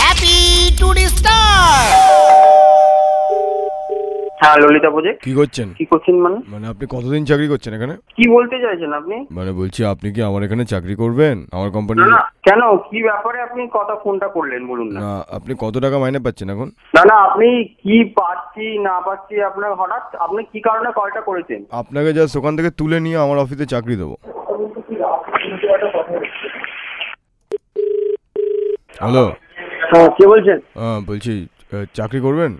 Happy to the star! হ্যাঁ Lalita project কি করছেন কি করছেন মানে মানে আপনি কতদিন চাকরি করছেন এখানে কি বলতে চাইছেন আপনি মানে বলছি আপনি কি আমার এখানে চাকরি করবেন আমার কোম্পানি না না কেন কি ব্যাপারে আপনি কথা ফোনটা করলেন বলুন না না আপনি কত টাকা মাইনে পাচ্ছেন এখন না না আপনি কি পাচ্ছি না পাচ্ছি আপনার হঠাৎ আপনি কি কারণে কলটা করেছেন আপনাকে জাস্ট ওখান থেকে তুলে নিয়ে আমার অফিসে চাকরি দেবো হ্যালো হ্যাঁ কে বলছেন হ্যাঁ বলছি আহ, চাকরি করবেন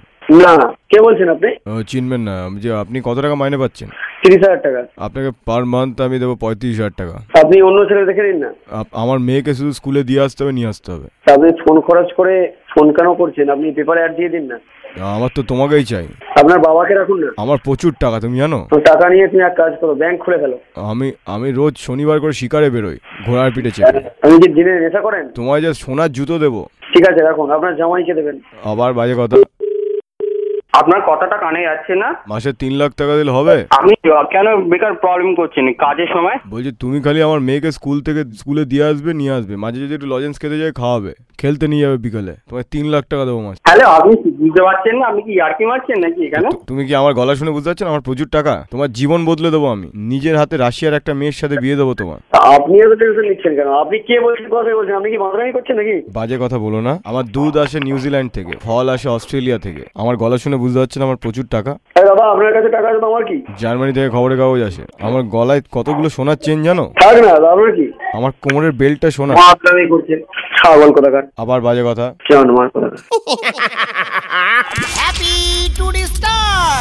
না কে বলছেন আপনি আহ, চিনবেন না আমি যে আপনি কত টাকা মাইনে পাচ্ছেন তিরিশ হাজার টাকা আপনাকে পার মান্থ আমি দেবো পঁয়ত্রিশ হাজার টাকা আপনি অন্য ছেলে দেখে নিন না আপ- আমার মেয়েকে শুধু স্কুলে দিয়ে আসতে হবে নিয়ে আসতে হবে আপনি ফোন খরচ করে ফোন কেন করছেন আপনি পেপারে অ্যাড দিয়ে দিন না আমার তো তোমাকেই চাই আপনার বাবাকে রাখুন না আমার প্রচুর টাকা তুমি জানো টাকা নিয়ে তুমি এক কাজ করো ব্যাংক খুলে ফেলো আমি আমি রোজ শনিবার করে শিকারে বেরোই ঘোড়ার পিঠে চেপে আপনি কি দিনে নেশা করেন তোমায় যে সোনার জুতো দেবো ঠিক আছে রাখুন আপনার জামাইকে দেবেন আবার বাজে কথা আপনার কথাটা কানে যাচ্ছে না মাসে তিন লাখ টাকা দিলে হবে আপনি কেন বেকার প্রবলেম করছেন কাজের সময় বলছি তুমি খালি আমার মেয়েকে স্কুল থেকে স্কুলে দিয়ে আসবে নিয়ে আসবে মাঝে যদি একটু লজেন্স খেতে যায় খাওয়াবে খেলতে নিয়ে যাবে বিকালে তোমায় তিন লাখ টাকা দেবো মাসে হ্যালো আপনি কি বুঝতে পারছেন না আপনি কি ইয়ার্কি মারছেন নাকি এখানে তু- তুমি কি আমার গলা শুনে বুঝতে পারছো না? আমার প্রচুর টাকা তোমার জীবন বদলে দেবো আমি নিজের হাতে রাশিয়ার একটা মেয়ের সাথে বিয়ে দেবো তোমার আপনি এত টেনশন নিচ্ছেন কেন আপনি কে বলছেন কথা বলছেন আপনি কি মাদ্রামি করছেন নাকি বাজে কথা বলো না আমার দুধ আসে নিউজিল্যান্ড থেকে ফল আসে অস্ট্রেলিয়া থেকে আমার গলা শুনে বুঝতে পারছো না আমার প্রচুর টাকা আরে বাবা আপনার কাছে টাকা আছে তো আমার কি জার্মানি থেকে খবরের কাগজ আসে আমার গলায় কতগুলো সোনার চেন জানো থাক না আপনার কি আমার কোমরের বেল্টটা সোনা মাদ্রামি করছেন ছাগল কোথাকার আবার বাজে কথা কেমন মার কোথাকার Happy to the star!